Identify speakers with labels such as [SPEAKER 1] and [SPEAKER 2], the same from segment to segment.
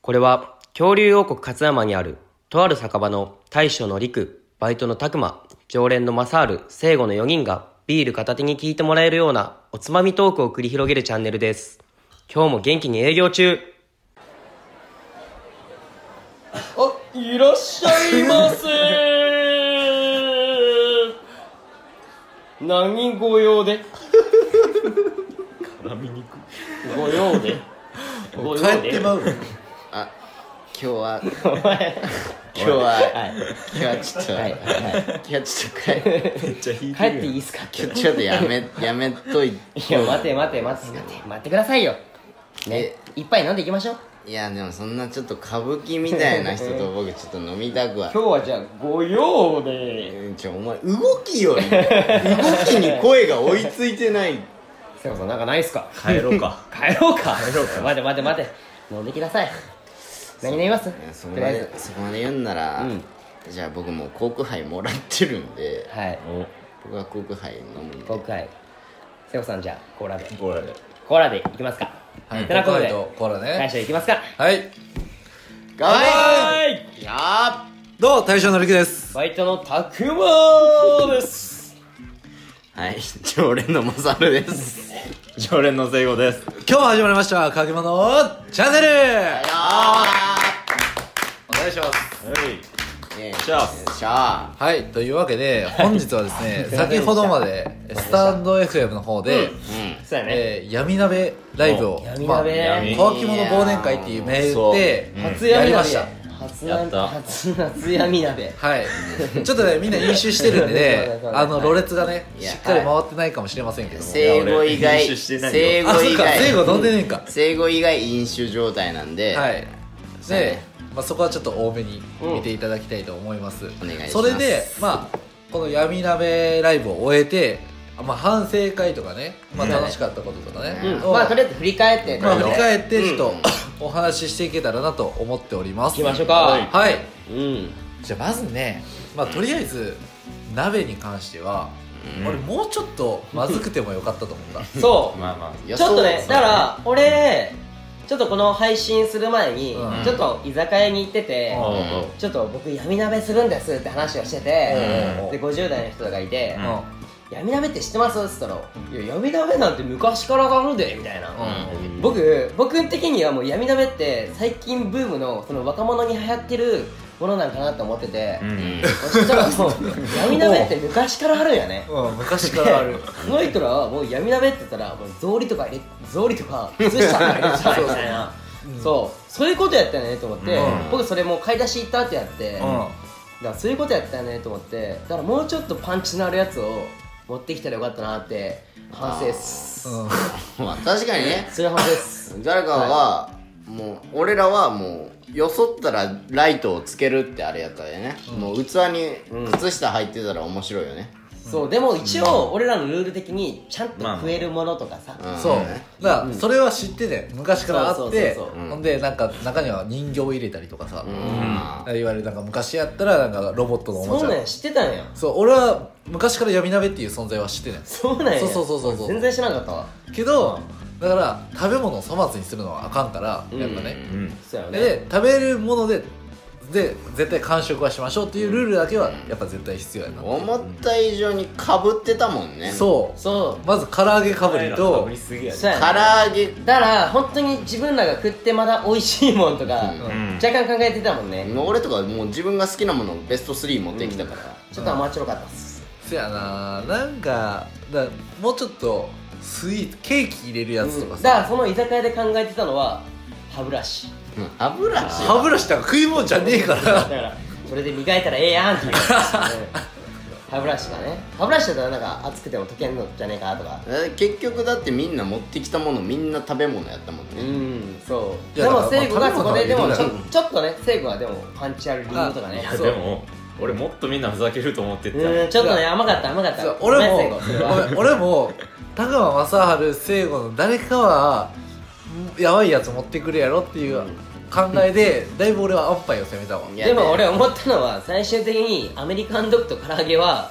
[SPEAKER 1] これは恐竜王国勝山にあるとある酒場の大将の陸、バイトの拓磨、常連の正ル、聖護の4人がビール片手に聞いてもらえるようなおつまみトークを繰り広げるチャンネルです。今日も元気に営業中
[SPEAKER 2] あ、いらっしゃいませ何ご用で
[SPEAKER 3] 絡みにく
[SPEAKER 2] ご用でご用
[SPEAKER 3] 帰っ
[SPEAKER 2] で
[SPEAKER 3] て
[SPEAKER 2] 今
[SPEAKER 3] まうの
[SPEAKER 4] あ今日は今日は今日はちょっと、今日はちょっと帰
[SPEAKER 3] めっちゃ引い
[SPEAKER 2] 帰
[SPEAKER 3] て
[SPEAKER 2] っ
[SPEAKER 3] る
[SPEAKER 2] て
[SPEAKER 3] や
[SPEAKER 2] い
[SPEAKER 3] ん
[SPEAKER 2] いっすか
[SPEAKER 4] 今日ちょっとやめ やめとい
[SPEAKER 2] いや、待て待て待て待て待ってくださいよね、一杯飲んでいきましょう
[SPEAKER 4] いやでもそんなちょっと歌舞伎みたいな人と僕ちょっと飲みたくは
[SPEAKER 2] 今日はじゃあご用で
[SPEAKER 4] うんちょお前動きより動きに声が追いついてない
[SPEAKER 2] せやさんなんかないっすか
[SPEAKER 3] 帰ろうか
[SPEAKER 2] 帰ろうか帰ろうか待て待て待て飲んできなさい何飲みます
[SPEAKER 4] そ
[SPEAKER 2] と
[SPEAKER 4] こ
[SPEAKER 2] り
[SPEAKER 4] ま
[SPEAKER 2] あえ
[SPEAKER 4] でそこまで言うんなら、
[SPEAKER 2] うん
[SPEAKER 4] じゃあ僕もうコークハイもらってるんで
[SPEAKER 2] ずはい
[SPEAKER 3] お
[SPEAKER 4] 僕はコークハイ飲むんで
[SPEAKER 2] 今回瀬尾さんじゃあコーラで
[SPEAKER 3] これで
[SPEAKER 2] コーラでいきますか
[SPEAKER 5] はい、
[SPEAKER 2] てなことで
[SPEAKER 5] コーラ
[SPEAKER 2] 大
[SPEAKER 5] ね。
[SPEAKER 2] 将いきますか
[SPEAKER 5] はい。
[SPEAKER 4] 乾杯
[SPEAKER 2] はい
[SPEAKER 4] やー
[SPEAKER 5] どうも、大将のりきです。
[SPEAKER 2] バイトのたくまです
[SPEAKER 4] はい常連のマサルです
[SPEAKER 3] 常連の聖護です
[SPEAKER 5] 今日も始まりました、かけまのチャンネルお願いします。
[SPEAKER 3] はい
[SPEAKER 4] ね
[SPEAKER 3] じゃあ
[SPEAKER 4] しゃあ
[SPEAKER 5] はい、というわけで、本日はです ね、先ほどまで、スタンド FM の方で、
[SPEAKER 2] そうやね
[SPEAKER 5] えー闇鍋ライブを
[SPEAKER 2] お、闇鍋
[SPEAKER 3] 闇
[SPEAKER 5] 乾き物忘年会っていう銘打って、
[SPEAKER 3] そう
[SPEAKER 2] 初
[SPEAKER 5] や
[SPEAKER 2] 闇
[SPEAKER 5] りま
[SPEAKER 2] 鍋
[SPEAKER 5] した。
[SPEAKER 2] 初
[SPEAKER 3] や
[SPEAKER 2] 闇
[SPEAKER 3] った
[SPEAKER 2] 初夏闇鍋
[SPEAKER 5] はい、ちょっとね、みんな飲酒してる
[SPEAKER 2] そうだ
[SPEAKER 5] んでね
[SPEAKER 2] そう、だ
[SPEAKER 5] あの、ろれつがね、
[SPEAKER 4] いや
[SPEAKER 5] しっかり回ってないかもしれませんけども。
[SPEAKER 4] 生後以外
[SPEAKER 3] いや俺飲酒してないよ
[SPEAKER 4] 生
[SPEAKER 5] あ、
[SPEAKER 4] 後
[SPEAKER 5] そ
[SPEAKER 4] 以
[SPEAKER 5] うか、前
[SPEAKER 4] 外
[SPEAKER 5] 後飲んでねえか。
[SPEAKER 4] 生後以外飲酒状態なんで、
[SPEAKER 5] はい、
[SPEAKER 4] そう
[SPEAKER 5] で
[SPEAKER 4] ね、
[SPEAKER 5] まあ、そこはちょっと多めに見ていただきたいと思います、
[SPEAKER 4] お願いします
[SPEAKER 5] それで、まあ、この闇鍋ライブを終えて、まあ、反省会とかね、まあ、楽しかったこととかね、
[SPEAKER 4] うん
[SPEAKER 5] を
[SPEAKER 2] まあとりあえず振り返って
[SPEAKER 5] まあ
[SPEAKER 2] と
[SPEAKER 5] 振
[SPEAKER 2] り
[SPEAKER 5] り
[SPEAKER 2] あえず
[SPEAKER 5] 返ってちょっと、お話ししていけたらなと思っております
[SPEAKER 2] 行きましょうか
[SPEAKER 5] はい
[SPEAKER 2] うん
[SPEAKER 5] じゃあまずね、まあ、とりあえず鍋に関しては、俺もうちょっとまずくてもよかったと思った
[SPEAKER 2] そう
[SPEAKER 3] まあま
[SPEAKER 4] いや
[SPEAKER 2] ちょっとね
[SPEAKER 4] そ
[SPEAKER 2] だ
[SPEAKER 4] う
[SPEAKER 2] から俺ちょっとこの配信する前に
[SPEAKER 5] うん
[SPEAKER 2] ちょっと居酒屋に行ってて
[SPEAKER 3] あうん
[SPEAKER 2] ちょっと僕闇鍋するんですって話をしてて
[SPEAKER 5] うん
[SPEAKER 2] で50代の人がいて
[SPEAKER 3] う
[SPEAKER 5] うんん、
[SPEAKER 2] 「闇鍋って知ってます?」っつったら「いや闇鍋なんて昔からあるで」みたいな
[SPEAKER 3] うん
[SPEAKER 2] 僕僕的にはもう闇鍋って最近ブームのその若者に流行ってるものなんかなと思ってて
[SPEAKER 3] うん
[SPEAKER 2] そしたらもう闇鍋って昔からあるんやね
[SPEAKER 5] うん昔からある
[SPEAKER 2] その人らはもう闇鍋って言ったらもう草履とか入れ草履とか靴下とか入れちゃうみたいなそうそういうことやったよねと思って、
[SPEAKER 5] うん
[SPEAKER 2] 僕それもう買い出し行ったってやって、
[SPEAKER 5] う
[SPEAKER 2] だか
[SPEAKER 5] ん
[SPEAKER 2] らそういうことやったよねと思ってだからもうちょっとパンチのあるやつを持ってきたらよかったなって反省っす
[SPEAKER 5] うん
[SPEAKER 4] まあ確かにね
[SPEAKER 2] それは反省っす
[SPEAKER 4] 誰かはもう俺らはもうよそったらライトをつけるってあれやったよね、もう器に靴下入ってたら面白いよね、
[SPEAKER 2] そうでも一応俺らのルール的にちゃんと食えるものとかさ、
[SPEAKER 4] ん
[SPEAKER 5] そう、
[SPEAKER 4] ね
[SPEAKER 5] だからそれは知ってて昔からあって
[SPEAKER 2] そうそうそう
[SPEAKER 4] そう
[SPEAKER 5] ほんでなんか中には人形を入れたりとかさ、
[SPEAKER 4] うん
[SPEAKER 5] いわゆるなんか昔やったらなんかロボットのおも
[SPEAKER 2] そう
[SPEAKER 5] ちゃ
[SPEAKER 2] なんや知ってたんや
[SPEAKER 5] そう俺は昔から闇鍋っていう存在は知ってない
[SPEAKER 2] そうなんや
[SPEAKER 5] そうそうそうそうそう
[SPEAKER 2] 全然知らなかったわ
[SPEAKER 5] けどだから食べ物を粗末にするのはあかんからやっぱね、
[SPEAKER 3] うん
[SPEAKER 2] そうやよね
[SPEAKER 5] で食べるものでで絶対完食はしましょうっていうルールだけはやっぱ絶対必要やな、
[SPEAKER 4] 思った以上にかぶってたもんねう
[SPEAKER 5] そう
[SPEAKER 2] そう
[SPEAKER 5] まず唐揚げかぶりと
[SPEAKER 3] 被りすぎやね
[SPEAKER 2] そうやね
[SPEAKER 4] 唐揚げ
[SPEAKER 2] だから本当に自分らが食ってまだ美味しいもんとか、
[SPEAKER 3] ん
[SPEAKER 2] 若干考えてたもんね、
[SPEAKER 4] 俺とかもう自分が好きなものをベスト3持ってきたから、
[SPEAKER 2] ちょっと甘ちょろかったっす、
[SPEAKER 5] そやななんかだもうちょっとスイーツケーキ入れるやつとか
[SPEAKER 2] だか
[SPEAKER 5] さ、
[SPEAKER 2] らその居酒屋で考えてたのは歯ブラシ
[SPEAKER 4] うん歯ブラシ
[SPEAKER 5] 歯ブラシなんか食い物じゃねえか
[SPEAKER 2] だ
[SPEAKER 5] ら
[SPEAKER 2] からそれで磨いたらええやんっていう、うん 歯ブラシがね歯ブラシだったらなんか熱くても溶けんのじゃねえかとか
[SPEAKER 4] え結局だってみんな持ってきたものみんな食べ物やったもん
[SPEAKER 2] う
[SPEAKER 4] ね、
[SPEAKER 2] んそう
[SPEAKER 5] い
[SPEAKER 2] で
[SPEAKER 5] や
[SPEAKER 2] も
[SPEAKER 5] だから
[SPEAKER 2] 聖子がそこででも
[SPEAKER 5] まあ
[SPEAKER 2] ちょ
[SPEAKER 5] 食べ物
[SPEAKER 2] ちょっとね聖子はでもパンチある理由とかね
[SPEAKER 3] いやでも俺もっとみんなふざけると思ってた
[SPEAKER 2] うんちょっとね甘かった甘かった
[SPEAKER 5] そう俺
[SPEAKER 2] ご
[SPEAKER 5] も
[SPEAKER 2] めん聖子それは
[SPEAKER 5] ごめん俺も高間正治聖子の誰かはんやばいやつ持ってくるやろっていう考えでだいぶ俺は安牌を攻めたわ
[SPEAKER 4] いや
[SPEAKER 2] でも俺思ったのは最終的にアメリカンドッグと唐揚げは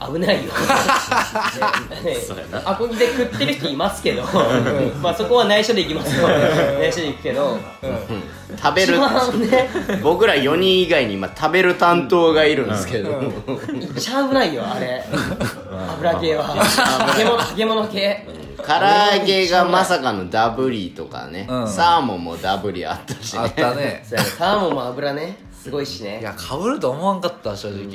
[SPEAKER 2] 危ないよね
[SPEAKER 3] そうやな
[SPEAKER 2] あここで食ってる人いますけどまあそこは内緒で行きますよ内緒で行くけど
[SPEAKER 4] 食べ
[SPEAKER 2] 一
[SPEAKER 4] る
[SPEAKER 2] 番ね
[SPEAKER 4] 僕ら4人以外に今食べる担当がいるんですけど、
[SPEAKER 2] 一番危ないよあれ油系は揚げ物揚げ物系
[SPEAKER 4] 唐揚げがまさかのダブリとかね、
[SPEAKER 5] うん
[SPEAKER 4] サーモンもダブリあったし
[SPEAKER 5] あ
[SPEAKER 4] ね
[SPEAKER 5] ったね
[SPEAKER 2] そうやねサーモンも油ねすごいしね
[SPEAKER 5] いやかぶると思わんかった正直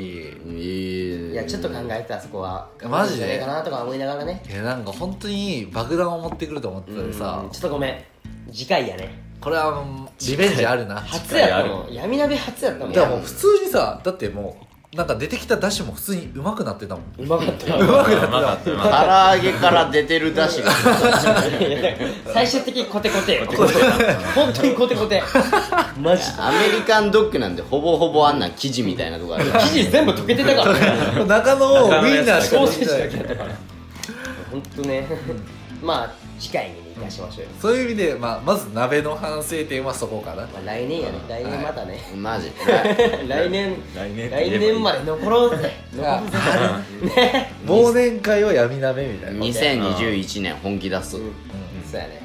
[SPEAKER 4] いい
[SPEAKER 2] いやちょっと考えてたそこは
[SPEAKER 5] マジ
[SPEAKER 2] じ
[SPEAKER 5] で
[SPEAKER 2] ゃないかなとか思いながらね
[SPEAKER 5] いやなんか本当に爆弾を持ってくると思ってたでさ
[SPEAKER 2] うんちょっとごめん次回やね
[SPEAKER 5] これはもうリベンジあるな
[SPEAKER 2] 初やったもん闇鍋初やったもん
[SPEAKER 5] だからもう普通にさだってもうなんか出てきたダッシュも普通にうまくなってたもん
[SPEAKER 2] うまかった
[SPEAKER 5] うまくな
[SPEAKER 3] う
[SPEAKER 5] っ
[SPEAKER 3] まかったうまかっ
[SPEAKER 4] 唐揚げから出てるだしが
[SPEAKER 2] 最終的にコテコテ本当にコテコテマジで
[SPEAKER 4] アメリカンドッグなんでほぼほぼあんな生地みたいなとこある
[SPEAKER 2] 生地全部溶けてたからね
[SPEAKER 5] てた中野をウィンナーし
[SPEAKER 2] ソ
[SPEAKER 5] か
[SPEAKER 2] ー
[SPEAKER 5] 出
[SPEAKER 2] セ
[SPEAKER 5] て
[SPEAKER 2] ージ
[SPEAKER 5] な
[SPEAKER 2] だ
[SPEAKER 5] い
[SPEAKER 2] けやったから本当ねまあ次回に生かしましょうよ
[SPEAKER 5] そういう意味で、まあ、まず鍋の反省点はそこかな
[SPEAKER 2] まあ来年やね来年またね
[SPEAKER 4] マジ
[SPEAKER 2] 来年
[SPEAKER 3] 来年
[SPEAKER 2] 来年まで残ろうぜ
[SPEAKER 5] あ
[SPEAKER 2] 残
[SPEAKER 5] 忘年会は闇鍋みたいな
[SPEAKER 4] 2021年本気出す、
[SPEAKER 2] そうやね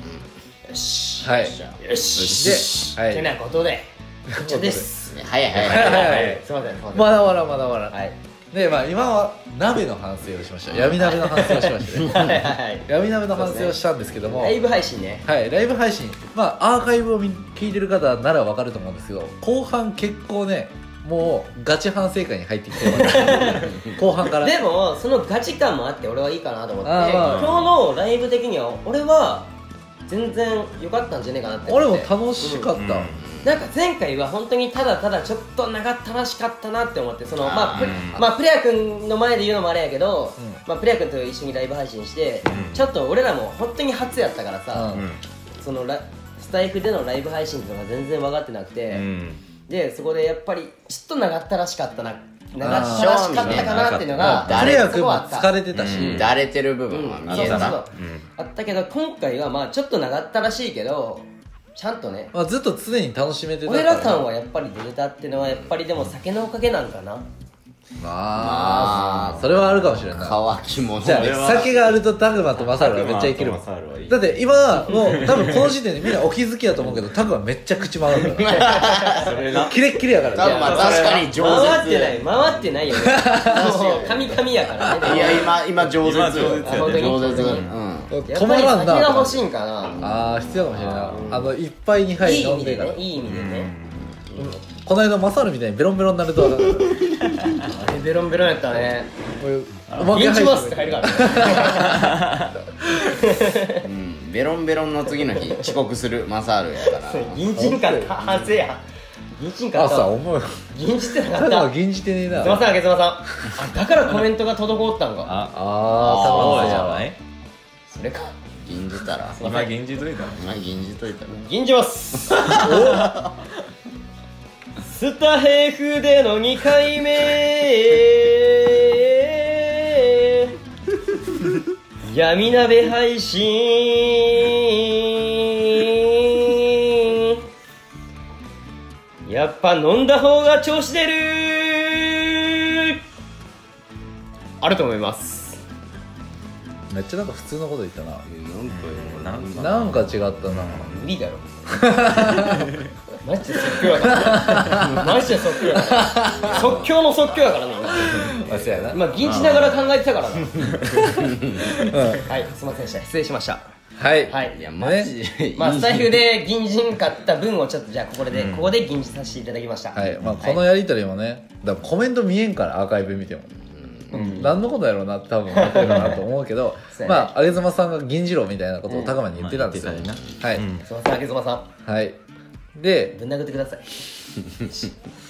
[SPEAKER 2] よし
[SPEAKER 5] はい
[SPEAKER 2] よし
[SPEAKER 5] ではい
[SPEAKER 2] てなことでこっちゃです
[SPEAKER 4] 早い早い
[SPEAKER 5] はい
[SPEAKER 2] すいませんすいません
[SPEAKER 5] まだまだまだまだ、
[SPEAKER 2] はい
[SPEAKER 5] でまあ今は鍋の反省をしました闇鍋の反省をしました
[SPEAKER 2] は
[SPEAKER 5] ね
[SPEAKER 2] いはい
[SPEAKER 5] 闇鍋の反省をしたんですけども、
[SPEAKER 2] ライブ配信ね
[SPEAKER 5] はい、ライブ配信、まあ、アーカイブを見聞いてる方ならわかると思うんですけど後半結構ねもうガチ反省会に入ってきてます後半から
[SPEAKER 2] でもそのガチ感もあって俺はいいかなと思って今
[SPEAKER 5] あーまあ
[SPEAKER 2] 日のライブ的には俺は全然良かったんじゃねえかなって
[SPEAKER 5] 俺
[SPEAKER 2] 思
[SPEAKER 5] も
[SPEAKER 2] って
[SPEAKER 5] 楽しかった、
[SPEAKER 3] うん
[SPEAKER 2] なんか前回は本当にただただちょっと長ったらしかったなって思ってそのまあプ,、
[SPEAKER 3] うん
[SPEAKER 2] まあ、プレア君の前で言うのもあれやけど、
[SPEAKER 5] うん
[SPEAKER 2] まあ、プレア君と一緒にライブ配信して、
[SPEAKER 3] うん
[SPEAKER 2] ちょっと俺らも本当に初やったからさ、
[SPEAKER 5] うん
[SPEAKER 2] そのラスタイフでのライブ配信とか全然分かってなく
[SPEAKER 3] う
[SPEAKER 2] て、
[SPEAKER 3] ん
[SPEAKER 2] でそこでやっぱりちょっと長ったらしかったな長ったらしかったかなっていうのが
[SPEAKER 4] あー
[SPEAKER 5] 誰や
[SPEAKER 2] そ
[SPEAKER 5] くん
[SPEAKER 2] こ
[SPEAKER 5] も
[SPEAKER 2] はあった
[SPEAKER 5] 疲れてたし、
[SPEAKER 3] うん
[SPEAKER 4] だれてる部分は
[SPEAKER 2] うん
[SPEAKER 4] 見えた
[SPEAKER 2] そ
[SPEAKER 4] な
[SPEAKER 2] うそうあったけど今回はまあちょっと長ったらしいけどちゃんとね
[SPEAKER 5] まあ、ずっと常に楽しめてた
[SPEAKER 2] 俺ら感はやっぱり出れたってのはやっぱりでも酒のおかげなんかな
[SPEAKER 4] ま
[SPEAKER 5] まあ
[SPEAKER 4] あ
[SPEAKER 5] それはあるかもしれない
[SPEAKER 4] 乾き物
[SPEAKER 5] じゃ
[SPEAKER 4] で
[SPEAKER 3] れ
[SPEAKER 5] あ
[SPEAKER 3] は
[SPEAKER 5] 酒があるとタグマとマサルはめっちゃいけるもん
[SPEAKER 3] タグマとマサルはいい
[SPEAKER 5] だって今はもう多分この時点でみんなお気づきやと思うけどタグマめっちゃ口回るから
[SPEAKER 3] それな
[SPEAKER 5] キレッキレやから
[SPEAKER 4] 多分まあ確かに上
[SPEAKER 2] 回って
[SPEAKER 4] 舌
[SPEAKER 2] ない回ってないよねそう神々やからね
[SPEAKER 4] いや今今上舌
[SPEAKER 3] 今上舌
[SPEAKER 2] やね
[SPEAKER 4] 上舌
[SPEAKER 2] うや
[SPEAKER 5] 止
[SPEAKER 2] っ
[SPEAKER 5] ま
[SPEAKER 2] ぱり
[SPEAKER 5] らん
[SPEAKER 2] 酒
[SPEAKER 5] な
[SPEAKER 2] が欲しいんかな
[SPEAKER 5] ああ必要かもしれないあの一杯二
[SPEAKER 2] い
[SPEAKER 5] 杯
[SPEAKER 2] い意
[SPEAKER 5] 飲ん
[SPEAKER 2] 味
[SPEAKER 5] で
[SPEAKER 2] で
[SPEAKER 5] から
[SPEAKER 2] ねいい意味でね
[SPEAKER 5] この間マサルみたいにベロンベロンになるとはなんか
[SPEAKER 2] あれベロンベロンやったね
[SPEAKER 5] こういうおま
[SPEAKER 2] ビ
[SPEAKER 5] け
[SPEAKER 2] ーチ
[SPEAKER 5] 配
[SPEAKER 2] ボスって
[SPEAKER 5] 信
[SPEAKER 2] 入るからね
[SPEAKER 4] うんうんベロンベロンの次の日遅刻するマサールやから
[SPEAKER 2] そう銀チン買った反省や銀チン買っ
[SPEAKER 5] 朝
[SPEAKER 2] た
[SPEAKER 5] 思う
[SPEAKER 2] 銀チってなか
[SPEAKER 5] タ
[SPEAKER 2] っ
[SPEAKER 5] グマ
[SPEAKER 2] た
[SPEAKER 5] 銀じてねえな
[SPEAKER 2] すいませんあけずまさんあだからコメントが滞ったんか
[SPEAKER 5] あ
[SPEAKER 3] あそう
[SPEAKER 5] あ
[SPEAKER 3] じ
[SPEAKER 5] タグ
[SPEAKER 3] ゃ
[SPEAKER 5] マ
[SPEAKER 3] ない
[SPEAKER 2] それか
[SPEAKER 4] 銀じたら
[SPEAKER 3] 今現実といたの
[SPEAKER 4] 今銀じといたら
[SPEAKER 2] 銀じますスタヘフでの2回目闇鍋配信やっぱ飲んだ方が調子出るあると思います
[SPEAKER 5] めっちゃなんか普通のこと言ったな
[SPEAKER 3] なんか
[SPEAKER 5] なんか違ったな
[SPEAKER 2] 無理だろマジで即興やからマジで即興やから即興の即興やからね
[SPEAKER 5] まあそうやな
[SPEAKER 2] 今今銀しながら考えてたからなはいすいませんでした失礼しました
[SPEAKER 5] はい
[SPEAKER 2] はい
[SPEAKER 4] いやマジで
[SPEAKER 2] まあスタイフで銀人買った分をちょっとじゃあここでね、ここで銀じさせていただきました
[SPEAKER 5] はい、まあ、このやり取りもね、だからコメント見えんからアーカイブ見ても、何のことやろうなって多分思ってるかなと思うけど
[SPEAKER 2] そうやね
[SPEAKER 5] まあ有妻さんが銀次郎みたいなことを高間に言ってたんですよ、
[SPEAKER 3] うんまあ言って
[SPEAKER 5] はい、
[SPEAKER 2] すいませんあげずまさん
[SPEAKER 5] はいで
[SPEAKER 2] ぶん殴ってください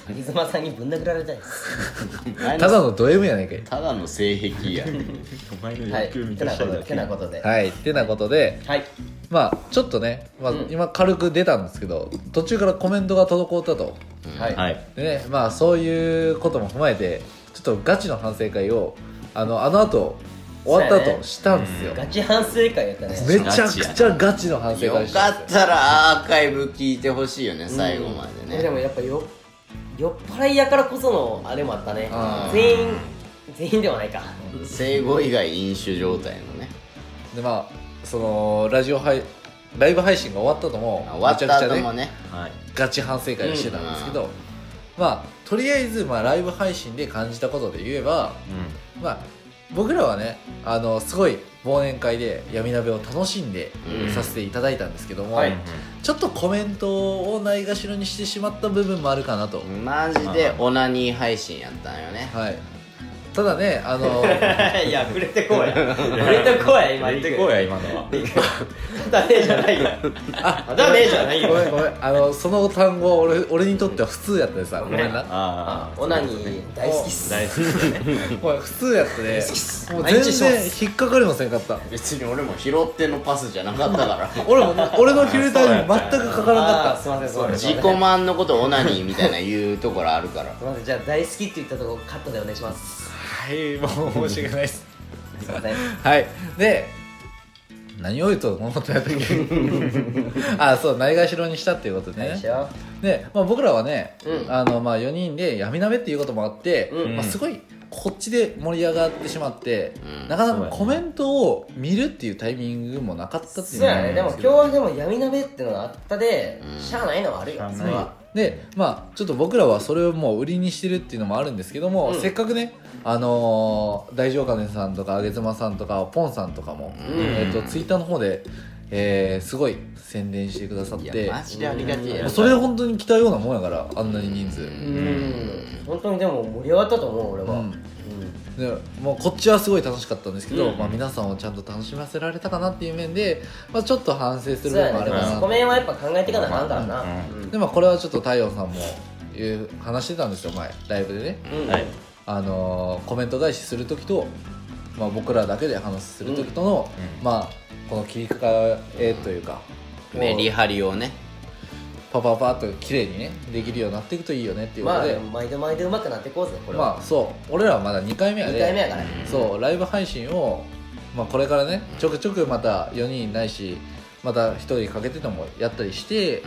[SPEAKER 2] あげずまさんにぶん殴られたいです
[SPEAKER 4] た
[SPEAKER 5] ただのド M やねんかい
[SPEAKER 4] ただの性癖や
[SPEAKER 3] お前の
[SPEAKER 2] はい
[SPEAKER 3] 欲求満
[SPEAKER 2] て
[SPEAKER 3] た
[SPEAKER 2] な
[SPEAKER 3] し
[SPEAKER 2] こ
[SPEAKER 3] たい
[SPEAKER 2] と
[SPEAKER 3] だ
[SPEAKER 2] でて
[SPEAKER 3] け
[SPEAKER 2] なことで
[SPEAKER 5] はいってなことで
[SPEAKER 2] はい
[SPEAKER 5] まあちょっとね、まあ、今軽く出たんですけど、途中からコメントが滞ったと
[SPEAKER 2] はい、
[SPEAKER 3] はい
[SPEAKER 5] でねまあそういうことも踏まえてちょっとガチの反省会をあのあの後終わった
[SPEAKER 2] そうや
[SPEAKER 5] 後
[SPEAKER 2] ね
[SPEAKER 5] したんですよ、
[SPEAKER 2] ガチ反省会やったね
[SPEAKER 5] めちゃくちゃガチの反省
[SPEAKER 4] よ
[SPEAKER 5] 会し
[SPEAKER 4] か
[SPEAKER 5] たんですよ
[SPEAKER 4] ったらアーカイブ聞いてほしいよね最後まで
[SPEAKER 2] で
[SPEAKER 4] ね
[SPEAKER 2] もやっぱよ酔っ払いやからこそのあれもあったね
[SPEAKER 5] あー
[SPEAKER 2] 全員全員ではないか
[SPEAKER 4] 生後以外飲酒状態のね
[SPEAKER 5] でまあそのラジオ配ライブ配信が終わったとも
[SPEAKER 4] 終わった後も
[SPEAKER 5] ね
[SPEAKER 4] ね
[SPEAKER 3] はい
[SPEAKER 5] ガチ反省会をしてたんですけど、まあとりあえず、まあ、ライブ配信で感じたことで言えばまあ僕らはねあのすごい忘年会で闇鍋を楽しんで
[SPEAKER 4] うん
[SPEAKER 5] させていただいたんですけども、
[SPEAKER 2] はい
[SPEAKER 5] ちょっとコメントをないがしろにしてしまった部分もあるかなと、
[SPEAKER 4] マジでオナニー配信やったんよね
[SPEAKER 5] はいただねあの
[SPEAKER 2] いや 触れてこい触れてこい今
[SPEAKER 3] 入れてこいや今のは
[SPEAKER 2] ダメじゃないよダメじゃない
[SPEAKER 5] ごめん
[SPEAKER 2] よ
[SPEAKER 5] ごめんあのその単語は俺俺にとっては普通やったでさごめんな
[SPEAKER 3] あ
[SPEAKER 2] オナニー大好きっ
[SPEAKER 3] あ
[SPEAKER 2] す
[SPEAKER 3] 大好き
[SPEAKER 5] これ普通やった ね
[SPEAKER 2] す
[SPEAKER 5] もう
[SPEAKER 2] 毎
[SPEAKER 5] 全
[SPEAKER 2] 日します
[SPEAKER 5] 然引っかかりませんかった
[SPEAKER 4] 別に俺も拾ってのパスじゃなかったか
[SPEAKER 5] 俺も俺のフィルターに全くかからなか
[SPEAKER 2] あー
[SPEAKER 5] っ
[SPEAKER 2] すいませんすい
[SPEAKER 4] ら
[SPEAKER 2] ません
[SPEAKER 4] 自己満のことオナニーみたいな言うところあるから
[SPEAKER 2] すいませんじゃあ大好きって言ったとこカットでお願いし ます
[SPEAKER 5] たはいもう申し訳ないです
[SPEAKER 2] すいません
[SPEAKER 5] はいで何を言うと思っ た時あそうないがしろにしたっていうことで
[SPEAKER 2] で
[SPEAKER 5] ね
[SPEAKER 2] しょ
[SPEAKER 5] で、まあ、僕らはね、
[SPEAKER 2] うん
[SPEAKER 5] あのまあ4人で闇鍋っていうこともあって、
[SPEAKER 2] うん
[SPEAKER 5] まあ、すごいこっちで盛り上がってしまって、
[SPEAKER 4] うん
[SPEAKER 5] なかな
[SPEAKER 3] そう
[SPEAKER 5] か
[SPEAKER 3] やね
[SPEAKER 5] コメントを見るっていうタイミングもなかったっていう
[SPEAKER 2] そう
[SPEAKER 5] のが
[SPEAKER 2] やねでも今日はでも闇鍋ってのがあったで
[SPEAKER 4] うん
[SPEAKER 2] しゃあないのはあるよ
[SPEAKER 3] しゃあ
[SPEAKER 2] そ
[SPEAKER 3] な
[SPEAKER 2] れ
[SPEAKER 3] い
[SPEAKER 2] は
[SPEAKER 5] でまあちょっと僕らはそれをもう売りにしてるっていうのもあるんですけども、
[SPEAKER 2] うん
[SPEAKER 5] せっかくねあのー大丈夫かねさんとかあげ妻さんとかポンさんとかも、
[SPEAKER 4] うん
[SPEAKER 5] えっとツイッターの方で、えーすごい宣伝してくださっ
[SPEAKER 4] い
[SPEAKER 5] て
[SPEAKER 4] やマジでありがてえ
[SPEAKER 5] もう
[SPEAKER 4] や
[SPEAKER 5] それ本当に来たようなもんやからあんなに人数、
[SPEAKER 2] う
[SPEAKER 4] うん
[SPEAKER 2] ん本当にでも盛り上がったと思う俺はう
[SPEAKER 5] う
[SPEAKER 2] んん
[SPEAKER 5] でもうこっちはすごい楽しかったんですけど、
[SPEAKER 2] うん
[SPEAKER 5] まあ、皆さんをちゃんと楽しませられたかなっていう面で、まあ、ちょっと反省す
[SPEAKER 2] そう
[SPEAKER 5] る部分
[SPEAKER 2] や
[SPEAKER 5] もあ
[SPEAKER 2] ね
[SPEAKER 5] るか
[SPEAKER 2] まあ
[SPEAKER 5] な
[SPEAKER 2] そこ面はやっぱ考えていかなあかんからな
[SPEAKER 3] う
[SPEAKER 2] うん
[SPEAKER 5] でまあこれはちょっと太陽さんも言う話してたんですよ前ライブでね、
[SPEAKER 2] うん
[SPEAKER 3] はい
[SPEAKER 5] あのーコメント返しする時と、まあ、僕らだけで話する時との、
[SPEAKER 3] うん
[SPEAKER 5] まあこの切り替えというか、
[SPEAKER 4] メリ
[SPEAKER 5] もう
[SPEAKER 4] ハリをね
[SPEAKER 5] パパパッと綺麗にねできるようになっていくといいよねっていうこ
[SPEAKER 2] ま
[SPEAKER 5] と
[SPEAKER 2] あ
[SPEAKER 5] で、
[SPEAKER 2] でも毎度毎度上手くなっていこうぜこれ
[SPEAKER 5] まあ
[SPEAKER 2] は
[SPEAKER 5] そう俺らはまだ2回目やで
[SPEAKER 2] 2回目やから
[SPEAKER 5] そうライブ配信を、まあ、これからねちょくちょくまた4人ないしまた1人かけてともやったりして、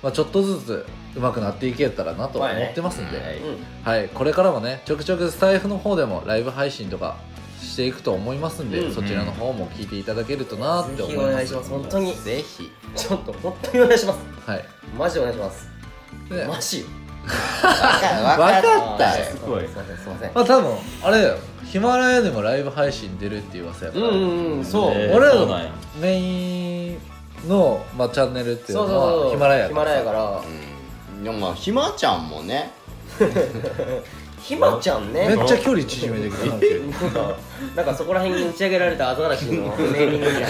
[SPEAKER 5] まあ、ちょっとずつ上手くなっていけたらなと思ってますんで、
[SPEAKER 4] まあね
[SPEAKER 2] うんうん
[SPEAKER 5] はい、これからもねちょくちょくスタイフの方でもライブ配信とかしていくと思いますんで、
[SPEAKER 2] うん
[SPEAKER 5] そちらの方も聞いていただけるとなって
[SPEAKER 2] ぜ
[SPEAKER 5] 思い
[SPEAKER 2] ひ
[SPEAKER 5] ま
[SPEAKER 2] お
[SPEAKER 5] す
[SPEAKER 2] 願いします本当に
[SPEAKER 4] ぜひ
[SPEAKER 2] ちょっと本当にお願いします
[SPEAKER 5] はい
[SPEAKER 2] マジお願いします
[SPEAKER 5] で
[SPEAKER 2] マジ
[SPEAKER 4] 分かったよ
[SPEAKER 2] す
[SPEAKER 3] すごい
[SPEAKER 2] すいませんすいません
[SPEAKER 5] まあ多分あれだよヒマラヤでもライブ配信出るっていう噂やから、
[SPEAKER 2] うんうんそう
[SPEAKER 3] えー
[SPEAKER 5] 俺ら
[SPEAKER 3] そうなんや
[SPEAKER 5] のメインの、まあ、チャンネルっていう
[SPEAKER 2] そうそう
[SPEAKER 5] の
[SPEAKER 2] そ
[SPEAKER 5] は
[SPEAKER 2] う
[SPEAKER 5] ヒマラヤ
[SPEAKER 2] ヒマラヤからら
[SPEAKER 4] うんでもまあひまちゃんもね
[SPEAKER 2] ひまちゃんね
[SPEAKER 5] めっちゃ距離縮めてくれる
[SPEAKER 2] なんかなんかそこら辺に打ち上げられたアザラシのネーミングみたいな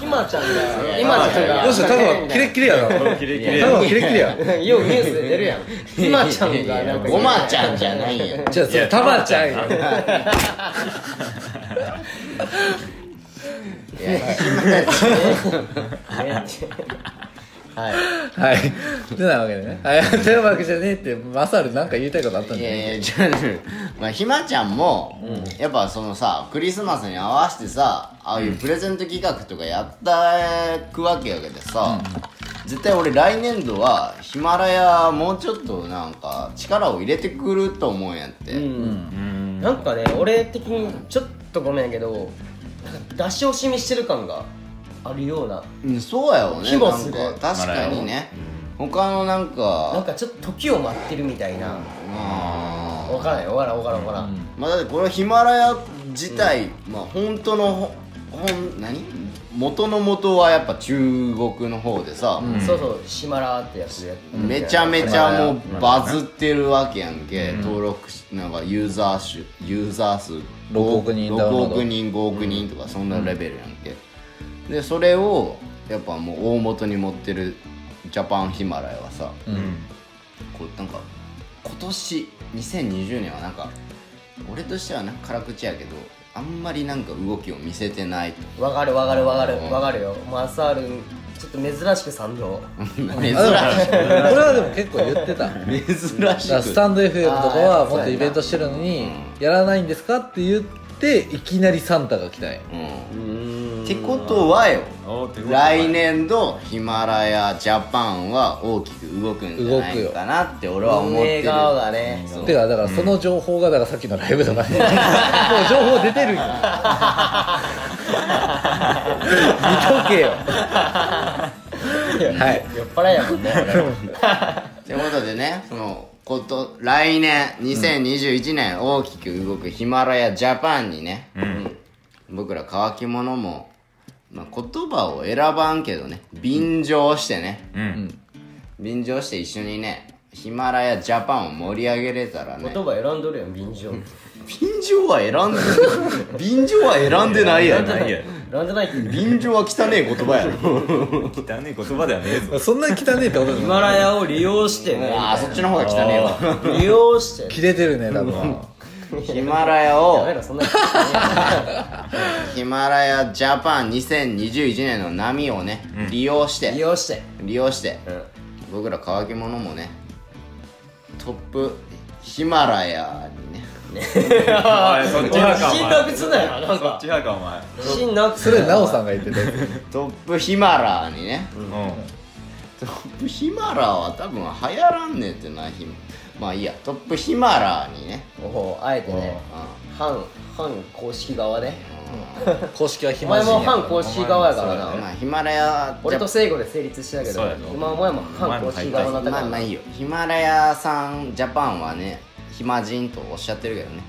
[SPEAKER 2] ひまちゃんがひまちゃんが
[SPEAKER 5] どうしたタ コはキレッキレやなタコ
[SPEAKER 3] キレキレ
[SPEAKER 5] はキレッキレや
[SPEAKER 2] ようニュースで出るやんひまちゃんがなんか
[SPEAKER 4] ごまちゃんじゃないよ
[SPEAKER 5] じゃあそれタマちゃんや
[SPEAKER 4] いや
[SPEAKER 2] ねはい
[SPEAKER 5] はいてなわけでねはいてなわけじゃねえってマサルなんか言いたいことあったん
[SPEAKER 4] い
[SPEAKER 5] じゃない
[SPEAKER 4] やいや じゃあねまあひまちゃんも、やっぱそのさクリスマスに合わせてさああいうプレゼント企画とかやったくわけやけどさ、絶対俺来年度はヒマラヤもうちょっとなんか力を入れてくると思うんやって、
[SPEAKER 2] うん
[SPEAKER 3] うん
[SPEAKER 2] なんかね俺的にちょっとごめんやけどなんか出し惜しみしてる感があるような
[SPEAKER 4] うんそうやよね
[SPEAKER 2] 規模すごい
[SPEAKER 4] なんか確かにね他のなんか
[SPEAKER 2] なんかちょっと時を待ってるみたいな
[SPEAKER 4] まあ
[SPEAKER 2] 分からない分からん分からん分からん
[SPEAKER 4] まあだってこのヒマラヤ自体、まあ本当のほほん何元の元はやっぱ中国の方でさ、
[SPEAKER 2] そうそうシマラーってやつで
[SPEAKER 4] めちゃめちゃもうバズってるわけやんけ、登録しなんかユーザー数ユーザー数
[SPEAKER 5] 6億人ダウンロー
[SPEAKER 4] 6
[SPEAKER 5] ド
[SPEAKER 4] 億人5億人とかそんなレベルやんけ、でそれをやっぱもう大元に持ってるジャパンヒマラヤはさ、
[SPEAKER 3] うん
[SPEAKER 4] こうなんか今年2020年はなんか俺としてはなんか辛口やけどあんまりなんか動きを見せて ないと
[SPEAKER 2] わかるわかるわかる
[SPEAKER 4] うん
[SPEAKER 2] わかるよマサールちょっと珍しく賛同
[SPEAKER 4] 珍し
[SPEAKER 5] あでもこれはでも結構言ってた
[SPEAKER 4] く
[SPEAKER 5] だから
[SPEAKER 4] 珍
[SPEAKER 5] ス
[SPEAKER 4] し
[SPEAKER 5] タ
[SPEAKER 4] く
[SPEAKER 5] ンド FM とか
[SPEAKER 2] あ
[SPEAKER 5] は
[SPEAKER 2] ー
[SPEAKER 5] もっとイベントしてるのにやらないんですかって言っていきなりサンタが来たんよ
[SPEAKER 4] うん
[SPEAKER 2] っ
[SPEAKER 4] ってことはよ
[SPEAKER 3] おおーということで
[SPEAKER 4] 来年度ヒマラヤジャパンは大きく動くんじゃないかなって俺は思ってる
[SPEAKER 2] 側がね
[SPEAKER 4] そう
[SPEAKER 5] てかだからその情報がだからさっきのライブとかねもう情報出てるよ見とけよはい
[SPEAKER 2] 酔っ払いやもんね俺ら
[SPEAKER 4] ということでねそのこと来年2021年大きく動くヒマラヤジャパンにね、うん僕ら乾き物も、まあ、言葉を選ばんけどね便乗してね、
[SPEAKER 3] うん
[SPEAKER 4] 便乗して一緒にねヒマラヤジャパンを盛り上げれたらね
[SPEAKER 2] 言葉選んどるやん便乗
[SPEAKER 4] 便乗は選んで便乗は選んでないやろ
[SPEAKER 3] ないや
[SPEAKER 2] 選んでないって
[SPEAKER 4] 便乗は汚ねえ言葉やろ
[SPEAKER 3] 汚い言葉ではねえぞ
[SPEAKER 5] そんなに汚ねえってことで
[SPEAKER 2] ヒ
[SPEAKER 5] も
[SPEAKER 2] マラヤを利用してね
[SPEAKER 4] ああそっちの方が汚ねえわ
[SPEAKER 2] 利用して
[SPEAKER 5] 切れてるね多分
[SPEAKER 4] ヒマラヤを
[SPEAKER 2] やめろそんなことね
[SPEAKER 4] ヒマラヤジャパン2021年の波をね、利用し
[SPEAKER 2] 利
[SPEAKER 4] て
[SPEAKER 2] 用して
[SPEAKER 4] 利用して、僕ら乾き物もねトップヒマラヤにね
[SPEAKER 3] おいそっち派かお
[SPEAKER 2] 自信
[SPEAKER 3] 前
[SPEAKER 2] なくすなよなん
[SPEAKER 3] そっ
[SPEAKER 2] か
[SPEAKER 3] ち派かお前
[SPEAKER 2] 自信なく
[SPEAKER 5] そ
[SPEAKER 2] すな
[SPEAKER 5] れ
[SPEAKER 2] よ
[SPEAKER 5] なおさんが言ってたや
[SPEAKER 4] トップヒマラーにね、
[SPEAKER 3] うん
[SPEAKER 4] トップヒマラーは多分流行らんねえってなひまあいいやトップヒマラーにね、
[SPEAKER 2] おほうあえてね反反公式側ね
[SPEAKER 5] つ公式は
[SPEAKER 2] お
[SPEAKER 5] 暇
[SPEAKER 2] 前
[SPEAKER 5] 人や
[SPEAKER 2] も反公式側やから
[SPEAKER 4] ま
[SPEAKER 2] な
[SPEAKER 4] あヒマラヤ
[SPEAKER 2] 俺と聖子で成立したけど
[SPEAKER 3] そうやろ
[SPEAKER 2] 今お前も反公式側
[SPEAKER 4] ま
[SPEAKER 2] な
[SPEAKER 4] あ
[SPEAKER 2] だか
[SPEAKER 4] まあま
[SPEAKER 2] ら
[SPEAKER 4] あいいよヒマラヤさんジャパンはねヒマ人とおっしゃってるけどね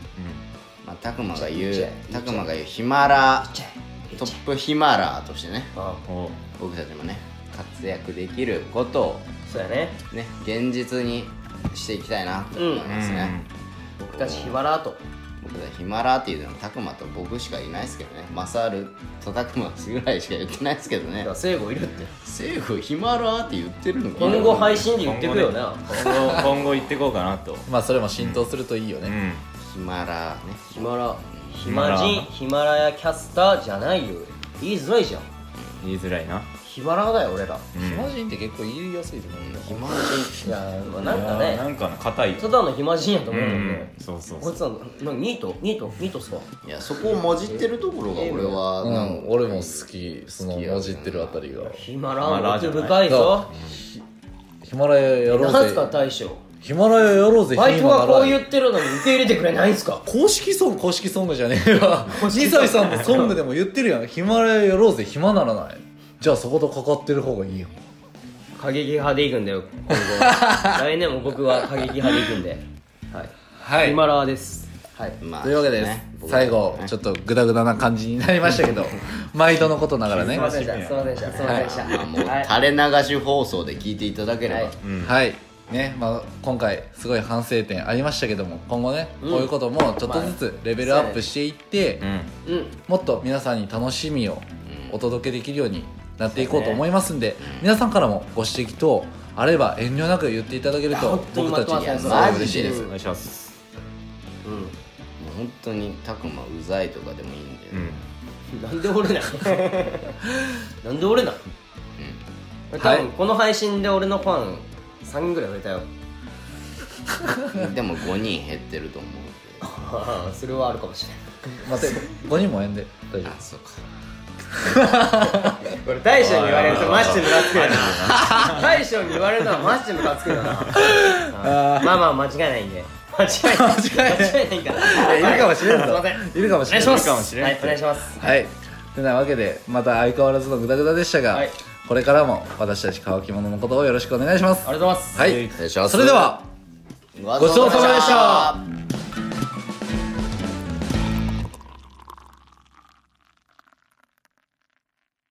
[SPEAKER 4] まあタクマが言
[SPEAKER 2] 言っちゃ
[SPEAKER 4] う
[SPEAKER 2] え言
[SPEAKER 4] タ
[SPEAKER 2] っちゃえ
[SPEAKER 4] クマが言うヒマラ
[SPEAKER 2] ちゃえ
[SPEAKER 4] トップヒマラーとしてね
[SPEAKER 2] あ
[SPEAKER 3] うんおう
[SPEAKER 4] 僕たちもね活躍できることを
[SPEAKER 2] そうやね
[SPEAKER 4] ね現実にしていきたいなと思いますね、
[SPEAKER 2] 僕たちヒマラーと
[SPEAKER 4] 僕たちヒマラーっていうのはタクマと僕しかいないですけどねマサルとタクマぐらいしか言ってないですけどね
[SPEAKER 2] 聖子いるって
[SPEAKER 4] 政府ヒマラーって言ってるのかな
[SPEAKER 2] 今後配信で言ってくよな
[SPEAKER 3] 今後今後行ってこうかなと
[SPEAKER 5] まあそれも浸透するといいよ
[SPEAKER 3] う
[SPEAKER 5] ね、
[SPEAKER 3] ん
[SPEAKER 4] ヒマラーね
[SPEAKER 2] ヒマラヒ
[SPEAKER 3] マ
[SPEAKER 2] マ
[SPEAKER 3] ラ
[SPEAKER 2] 人ヒマラヤキャスターじゃないよ言いづらいじゃん
[SPEAKER 3] 言いづらいな
[SPEAKER 2] ヒマラだよ俺ら
[SPEAKER 3] うん
[SPEAKER 5] 暇人って結構言いやすいと思うよ
[SPEAKER 4] ヒマ
[SPEAKER 2] いやまあなんか
[SPEAKER 3] いやーな
[SPEAKER 2] ね
[SPEAKER 3] んかな硬い
[SPEAKER 2] ただの暇人やと
[SPEAKER 3] うん
[SPEAKER 2] 思う
[SPEAKER 3] うん
[SPEAKER 2] だけど
[SPEAKER 3] ん
[SPEAKER 2] ね
[SPEAKER 3] そうそうそ
[SPEAKER 2] こいうつはなニートニートニートっすか
[SPEAKER 4] いやそこをもじってるところが俺は
[SPEAKER 5] う
[SPEAKER 4] なん
[SPEAKER 5] ん、俺も好きその
[SPEAKER 4] 好きやな
[SPEAKER 5] 混じってるあたりが
[SPEAKER 2] ヒマ
[SPEAKER 3] ヒ
[SPEAKER 2] ラ
[SPEAKER 3] マラ
[SPEAKER 2] 奥
[SPEAKER 3] じゃない
[SPEAKER 2] 深いぞ
[SPEAKER 5] ヒマラヤやろ
[SPEAKER 2] 何
[SPEAKER 5] う
[SPEAKER 2] すか
[SPEAKER 5] ぜ
[SPEAKER 2] 大将
[SPEAKER 5] ヒマラヤやろうぜ
[SPEAKER 2] バイトがこう
[SPEAKER 5] ヒマラヤ
[SPEAKER 2] 言ってるのに受け入れてくれないんすか
[SPEAKER 5] 公式ソング公式ソングじゃねえわ
[SPEAKER 2] 公
[SPEAKER 5] 二
[SPEAKER 2] 式
[SPEAKER 5] 歳さんのソングでも言ってるやんヒマラヤやろうぜ暇ならないじゃあそことかかってる方がいいよ
[SPEAKER 2] 過激派で行くんだよ今 後来年も僕は過激派で行くんではい
[SPEAKER 5] は
[SPEAKER 2] ヒマラーですはい
[SPEAKER 4] まあ
[SPEAKER 5] というわけです、
[SPEAKER 4] ね僕
[SPEAKER 5] 最後ちょっとグダグダな感じになりました けど毎度のことながらね
[SPEAKER 2] すいませんでしたすいませんでしたすいませんでした
[SPEAKER 4] まあもう
[SPEAKER 2] はい
[SPEAKER 4] 垂れ流し放送で聞いていただければ、
[SPEAKER 2] はい
[SPEAKER 5] はいねまあ、今回すごい反省点ありましたけども今後ね、こういうこともちょっとずつレベルアップしていって、
[SPEAKER 3] うん
[SPEAKER 2] うん
[SPEAKER 5] もっと皆さんに楽しみをお届けできるようになっていこうと思いますんで、皆さんからもご指摘等あれば遠慮なく言っていただけると
[SPEAKER 2] 本当に
[SPEAKER 5] 僕たち
[SPEAKER 2] まとま
[SPEAKER 5] に
[SPEAKER 2] って
[SPEAKER 5] す
[SPEAKER 2] ま
[SPEAKER 5] ご
[SPEAKER 2] す
[SPEAKER 5] い嬉しいです
[SPEAKER 4] マジ
[SPEAKER 3] お願いします
[SPEAKER 4] もう本当にたくまうざいとかでもいいんで、
[SPEAKER 3] うん
[SPEAKER 2] なんで俺 なんなんで俺なん、多分この配信で俺のファン3人ぐらい増えたよ
[SPEAKER 4] でも5人減ってると思うん で
[SPEAKER 2] それはあるかもしれ
[SPEAKER 5] 待って5人も円で大丈夫
[SPEAKER 4] あそうか
[SPEAKER 2] ないこれ大将に言われるとマジでムカつくよな大将に言われるのはマジでムカつく よなうんまあまあ間違いないんで間違いない間違いないから
[SPEAKER 5] いやいるかもしれんぞ
[SPEAKER 2] すいません
[SPEAKER 5] いるかも
[SPEAKER 2] お
[SPEAKER 5] し
[SPEAKER 2] 願い
[SPEAKER 5] れな
[SPEAKER 2] します
[SPEAKER 5] い
[SPEAKER 3] いるかもしれん
[SPEAKER 2] はいお願いします
[SPEAKER 5] はい。てなわけで、また相変わらずのグダグダでしたが、
[SPEAKER 2] はい
[SPEAKER 5] これからも私たち乾き物のことをよろしくお願いします。
[SPEAKER 2] ありがとうございます
[SPEAKER 5] はい。
[SPEAKER 4] お願いします
[SPEAKER 5] それでは、
[SPEAKER 4] ご
[SPEAKER 5] ごちそうさまでした